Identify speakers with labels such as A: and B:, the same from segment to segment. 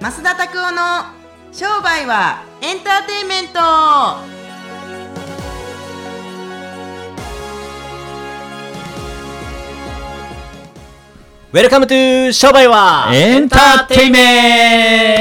A: 増田拓夫の商売はエンターテインメント
B: ウェルカムトゥー商売は
C: エンターテイメ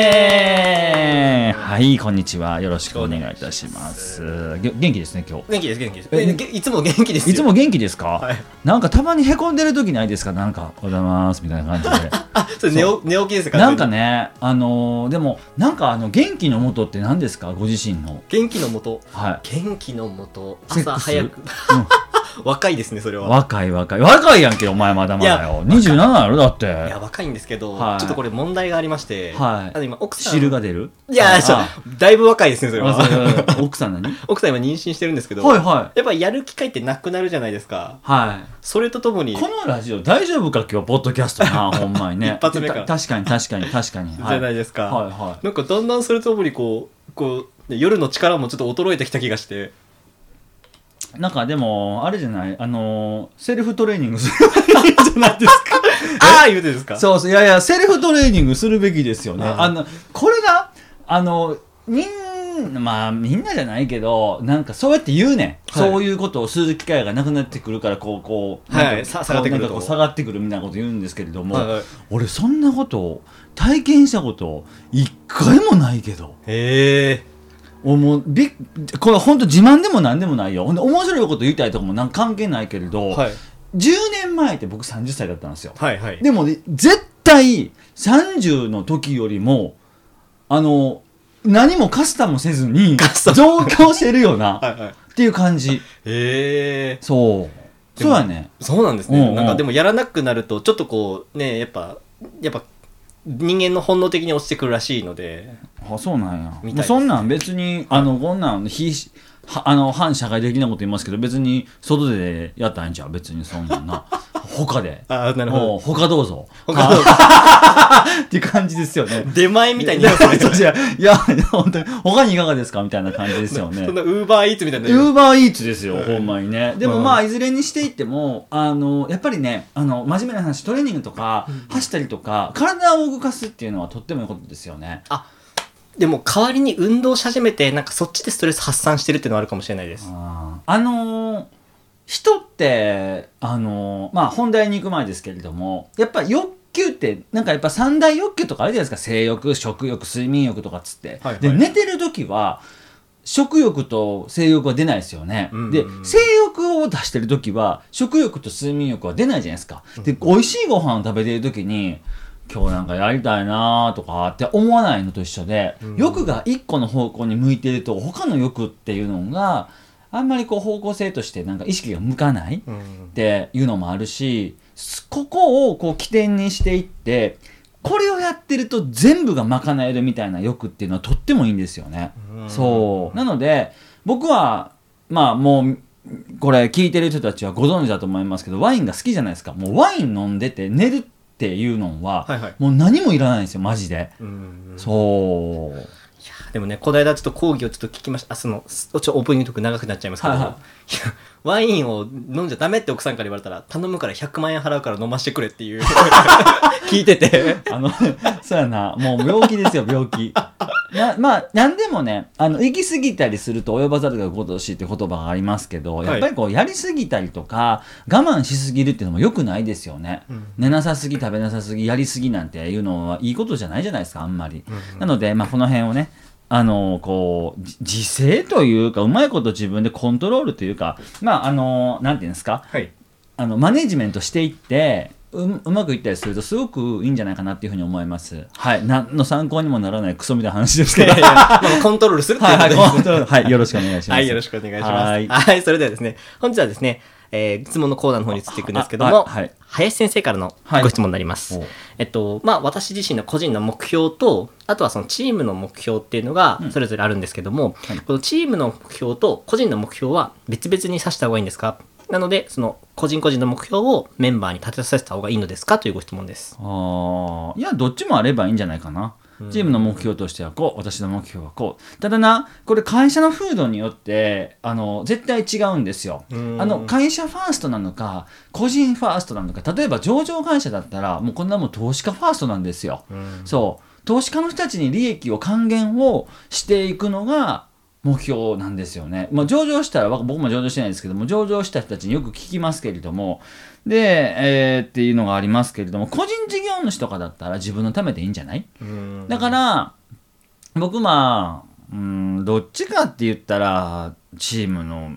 C: ントはい、こんにちは。よろしくお願いいたします。げ元気ですね、今日。
B: 元気です元気です
C: え
B: えげいつも元気ですよ
C: いつも元気ですか、
B: はい
C: なんかたまにへこんでる時ないですかなんか、おはようございます、みたいな感じで。
B: あそれ寝お寝起きですか
C: なんかね、あのーでも、なんかあの、元気のもとって何ですかご自身の。
B: 元気のもと
C: はい。
B: 元気のもと
C: セックス
B: 朝早く若いですねそれは
C: 若い若い。若いやんけ、お前まだまだよ。27やろだって。
B: いや若いんですけど、
C: はい
B: ちょっとこれ問題がありまして、
C: はい
B: あの今奥さん
C: 汁が出る
B: いやちょ
C: あ
B: だいぶ若いですねそれ
C: あそう
B: は
C: そうそう奥さん何
B: 奥さん今妊娠してるんですけど、
C: はいはい。
B: やっぱやる機会ってなくなるじゃないですか
C: はい。
B: それとともに
C: このラジオ大丈夫か今日ポッドキャス トなほんまにね
B: 一発目から
C: た確かに確かに確かに
B: じ
C: は
B: ゃ
C: い
B: な
C: はい
B: いですか、
C: はい
B: なんかだんだんそれとともにこうこうね夜の力もちょっと衰えてきた気が して
C: なんかでもあれじゃないあのーセルフトレーニングするべきじゃないです か
B: ああ言うてです か
C: そうそういやいやセルフトレーニングするべきですよね
B: あ
C: あのこれがあのみんまあみんなじゃないけどなんかそうやって言うねん、
B: はい
C: そういうことをする機会がなくなってくるからこうこう
B: はい
C: なんか
B: さ下がってくると
C: なんかこう下がってくるみたいなこと言うんですけれども、
B: はいはい
C: 俺そんなことを体験したこと一回もないけど
B: へえ
C: おもうびっこれ本当自慢でも何でもないよほんで面白いこと言いたいとかもなん関係ないけれど、
B: はい
C: 10年前って僕30歳だったんですよ
B: はいはい
C: でもね絶対30の時よりもあの何もカスタもせずに上京してるよな
B: はいはい
C: っていう感じ
B: へえ
C: そう
B: で
C: そ
B: も
C: うやね
B: そうなんです
C: うんう
B: ね
C: ん
B: なんかでもやらなくなるとちょっとこうねやっぱやっぱ人間の本能的に落ちてくるらしいので
C: あそうなんや、
B: みたい
C: も
B: で
C: う
B: す
C: そんなん別にあのこんなん非はあの反社会的なこと言いますけど別に外でやったらいいんちゃう別にそんなんな他で
B: ああなるほど
C: もう他どうぞ
B: 他の
C: っていう感じですよね。
B: 出前みたいに
C: いや
B: なってる
C: そうじゃいや、本当に、他にいかがですかみたいな感じですよね
B: そん。なウーバーイーツみたいにな
C: ウーバーイーツですよ、ほんまにね。でも
B: うん
C: まあ、いずれにしていっても、あの、やっぱりね、あの、真面目な話、トレーニングとか、走ったりとか、体を動かすっていうのはとってもいいことですよね。
B: でも代わりに運動し始めてなんかそっちでストレス発散してるっていうのはあるかもしれないです
C: あーあのー人って、あのーまあ、本題に行く前ですけれども、やっぱ欲求って、なんかやっぱ三大欲求とかあるじゃないですか。性欲、食欲、睡眠欲とかっつって。
B: はいはい
C: で、寝てる時は、食欲と性欲は出ないですよね。
B: うんうん
C: で
B: うん、
C: 性欲を出してる時は、食欲と睡眠欲は出ないじゃないですか。で、美味しいご飯を食べてる時に、今日なんかやりたいなーとかって思わないのと一緒で、
B: ん
C: 欲が一個の方向に向いてると、他の欲っていうのが、あんまりこう方向性としてなんか意識が向かないっていうのもあるし、すここをこう起点にしていって、これをやってると全部が賄えるみたいな欲っていうのはとってもいいんですよね。そう。なので、僕は、まあもう、これ聞いてる人たちはご存知だと思いますけど、ワインが好きじゃないですか。もうワイン飲んでて寝るっていうのは、
B: はいはい
C: もう何もいらないんですよ、マジで。
B: うんうん
C: そう。
B: でもね、この間ちょっと講義をちょっと聞きました。あ、その、すちょっとオープニングとか長くなっちゃいますけど、
C: はい
B: い
C: はい
B: やワインを飲んじゃダメって奥さんから言われたら、頼むから100万円払うから飲ましてくれって いう、聞いてて。
C: あの、 そうやな、もう病気ですよ、病気。なまあ、なんでもね、あの、行き過ぎたりすると及ばざるが如しって言葉がありますけど、
B: い
C: やっぱりこう、やり過ぎたりとか、我慢しすぎるっていうのも良くないですよね。
B: ん
C: 寝なさすぎ、食べなさすぎ、やりすぎなんていうのはいいことじゃないじゃないですか、あんまり。なので、まあ、この辺をね、あのこうじ自制というかうまいこと自分でコントロールというかまああのなんていうんですか
B: はい。
C: あのマネジメントしていってううまくいったりするとすごくいいんじゃないかなっていうふうに思いますはい何の参考にもならないクソみたいな話です けどはい
B: まあコントロールするっていうこ
C: は
B: とで
C: い本当はいよろしくお願いしま す
B: はい、よろしくお願いします。
C: は
B: はいい、それではですね、本日はですね、えー質問のコーナーの方に移っていくんですけど
C: ああ
B: も、
C: はい
B: 林先生からの
C: はい
B: ご質問になります。
C: お
B: えっと、まあ、私自身の個人の目標と、あとはそのチームの目標っていうのがそれぞれあるんですけども、
C: はい
B: このチームの目標と個人の目標は別々に指した方がいいんですかなので、その個人個人の目標をメンバーに立てさせた方がいいのですかというご質問です。
C: あーいやどっちもあればいいんじゃないかなチームの目標としてはこう私の目標はこうただなこれ会社の風土によってあの絶対違うんですよあ
B: うん
C: の会社ファーストなのか個人ファーストなのか例えば上場会社だったらもうこんなもん投資家ファーストなんですよそう投資家の人たちに利益を還元をしていくのが目標なんですよね。まあ、上場したら、僕僕も上場してないですけども、上場した人たちによく聞きますけれども、で、えーっていうのがありますけれども、個人事業主とかだったら自分のためでいいんじゃない
B: うん
C: だから、僕まあ、うん、どっちかって言ったら、チームの、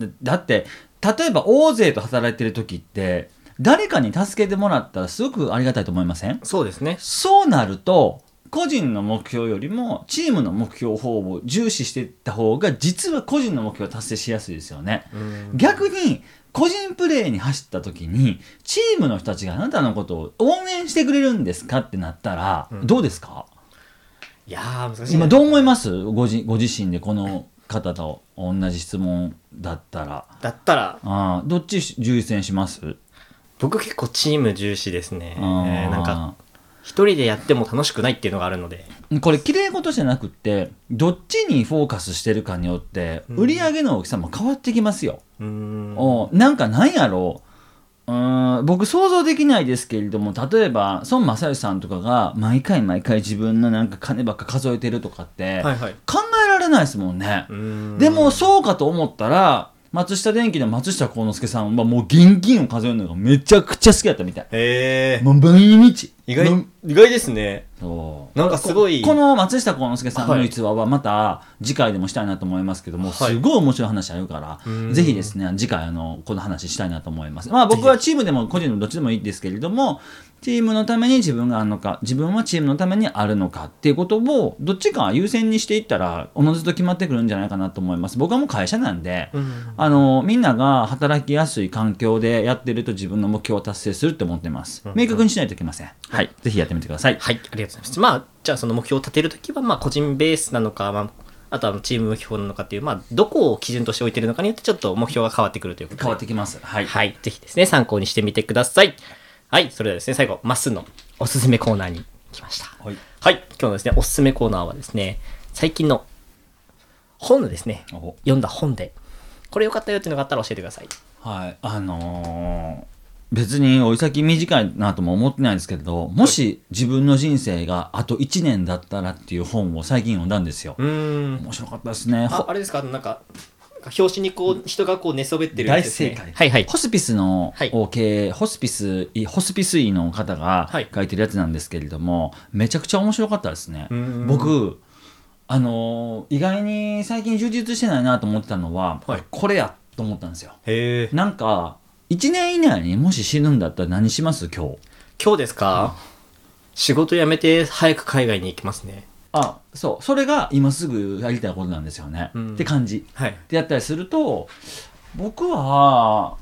C: だだって、例えば大勢と働いてる時って、誰かに助けてもらったらすごくありがたいと思いません
B: そうですね
C: そうなると、個人の目標よりも、チームの目標方を重視していった方が、実は個人の目標を達成しやすいですよね。
B: うん
C: 逆に、個人プレーに走った時に、チームの人たちがあなたのことを応援してくれるんですかってなったら、
B: うん
C: どうですか
B: いやー難しいな
C: 今どう思いますごじご自身でこの方と同じ質問だったら。
B: だったら
C: あーどっち重視します、
B: 僕結構チーム重視ですね、え
C: あ
B: ー
C: ー
B: なんか一人でやっても楽しくないっていうのがあるので
C: これ綺麗事じゃなくてどっちにフォーカスしてるかによって
B: うん
C: 売り上げの大きさも変わってきますよ、
B: うーん
C: おなんかなんやろううーん僕想像できないですけれども例えば孫正義さんとかが毎回毎回自分のなんか金ばっか数えてるとかって
B: はいはい
C: 考えられないですもんね、
B: うーん
C: でもそうかと思ったら松下電器の松下幸之助さんはもう現金を数えるのがめちゃくちゃ好きだったみたい
B: えー
C: もう毎日
B: 意
C: も
B: 外
C: う
B: 意外ですね
C: そう
B: なんかすごい
C: ここの松下幸之助さん
B: は
C: の
B: い
C: 逸話はまた次回でもしたいなと思いますけども、
B: はい
C: すごい面白い話あるから
B: うん
C: ぜひですね次回あのこの話したいなと思いますまあ僕はチームでも個人でもどっちでもいいですけれどもチームのために自分があるのか自分はチームのためにあるのかっていうことをどっちか優先にしていったらおのずと決まってくるんじゃないかなと思います僕はもう会社なんで、
B: うん
C: あのみんなが働きやすい環境でやってると自分の目標を達成するって思ってます
B: うん
C: 明確にしないといけません、はいぜひやってみてください
B: はい、ありがとうございます。まあ、じゃあその目標を立てるときは、まあ、個人ベースなのか、まあ、あとはチーム目標なのかっていう、まあ、どこを基準として置いてるのかによって、ちょっと目標が変わってくるということで。
C: 変わってきますはい
B: はい、ぜひですね、参考にしてみてください。はい、それではですね、最後、まっすーのおすすめコーナーに来ました。
C: はい
B: はい、今日のですね、おすすめコーナーはですね、最近の本のですね、
C: お
B: 読んだ本で、これ良かったよっていうのがあったら教えてください。
C: はい、あのー別におい先短いなとも思ってないですけれどもし自分の人生があと1年だったらっていう本を最近読んだんですよ、
B: うん。
C: 面白かったですね
B: あ
C: ほ
B: あれですか、あのなんか、なんか表紙にこう、人がこう寝そべってるや
C: 大
B: つですね
C: 正解、
B: はいはい。
C: ホスピスの
B: はい
C: を経営ホスピス医ホスピス医の方が
B: はい
C: 書いてるやつなんですけれども、めちゃくちゃ面白かったですね
B: うん
C: 僕あのー意外に最近充実してないなと思ってたのは、
B: はい
C: これやと思ったんですよ
B: へえ。
C: なんか1年以内にもし死ぬんだったら何します今日
B: 今日ですか、仕事辞めて早く海外に行きますね。
C: あそうそれが今すぐやりたいことなんですよね、
B: うん
C: って感じ
B: はい。
C: でやったりすると僕は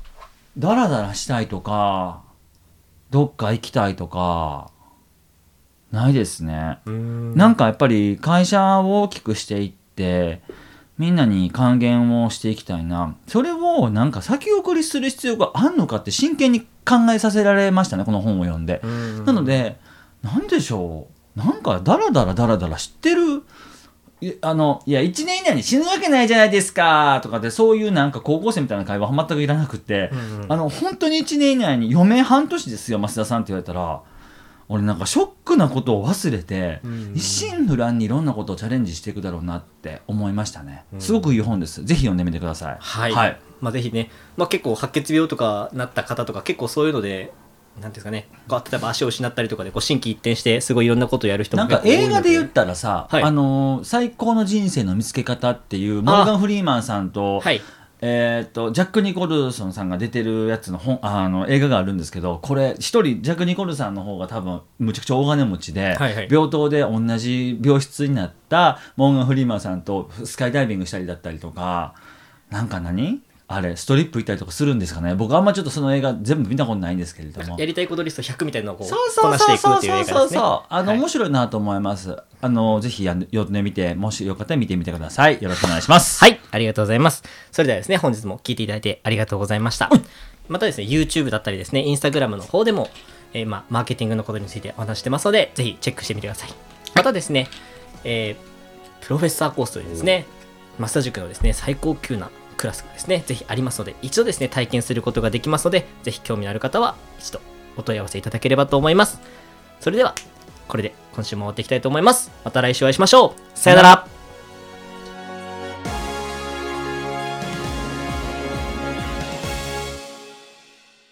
C: ダラダラしたいとかどっか行きたいとかないですね、
B: うん
C: なんかやっぱり会社を大きくしていってみんなに還元をしていきたいなそれをなんか先送りする必要があんのかって真剣に考えさせられましたねこの本を読んで
B: な
C: なの、で、なんでしょう、なんかだらだらだらだら知ってる、いあの、いや、1年以内に死ぬわけないじゃないですかとかで、そういうなんか高校生みたいな会話は全くいらなくて、あ
B: あの
C: の、本当に1年以内に余命半年ですよ、増田さんって言われたら、俺なんかショックなことを忘れて、一心不乱にいろんなことをチャレンジしていくだろうなって思いましたね。すごくいい本です。ぜひ読んでみてください。
B: はい。まあ、ぜひね、まあ、結構白血病とかなった方とか、結構そういうので、なんていうんですかね、こう例えば足を失ったりとかで、こう心機一転して、すごいいろんなことをやる人も
C: なんか
B: 結構多い
C: 映
B: の
C: 画で言ったらさ、
B: はい
C: あのー最高の人生の見つけ方っていうモーガン・フリーマンさんと,、
B: はい。
C: えーっとジャック・ニコルソンさんが出てるやつの本ああの映画があるんですけどこれ一人ジャック・ニコルさんの方が多分むちゃくちゃ大金持ちで、
B: はいはい
C: 病棟で同じ病室になったモーガン・フリーマンさんとスカイダイビングしたりだったりとかなんか何あれストリップ行ったりとかするんですかね僕あんまちょっとその映画全部見たことないんですけれども
B: やりたいことリスト100みたいなのをこう
C: そう
B: こ
C: そう
B: なし
C: そ
B: て
C: う
B: いく
C: そ
B: っ
C: う
B: ていう映画です
C: そうそう
B: ね。
C: そうあの、
B: はい
C: 面白いなと思いますあのぜひやん読んでみてもしよかったら見てみてくださいよろしくお願いします
B: はい、ありがとうございます。それではですね、本日も聞いていただいてありがとうございました。またですね、YouTube だったりですね、Instagram の方でも、えーまあ、マーケティングのことについてお話してますので、ぜひチェックしてみてください。またですね、えープロフェッサーコースというですね、マスター塾のですね、最高級なクラスがですね、ぜひありますので、一度ですね、体験することができますので、ぜひ興味のある方は、一度お問い合わせいただければと思います。それでは、これで今週も終わっていきたいと思いますまた来週お会いしましょうさよなら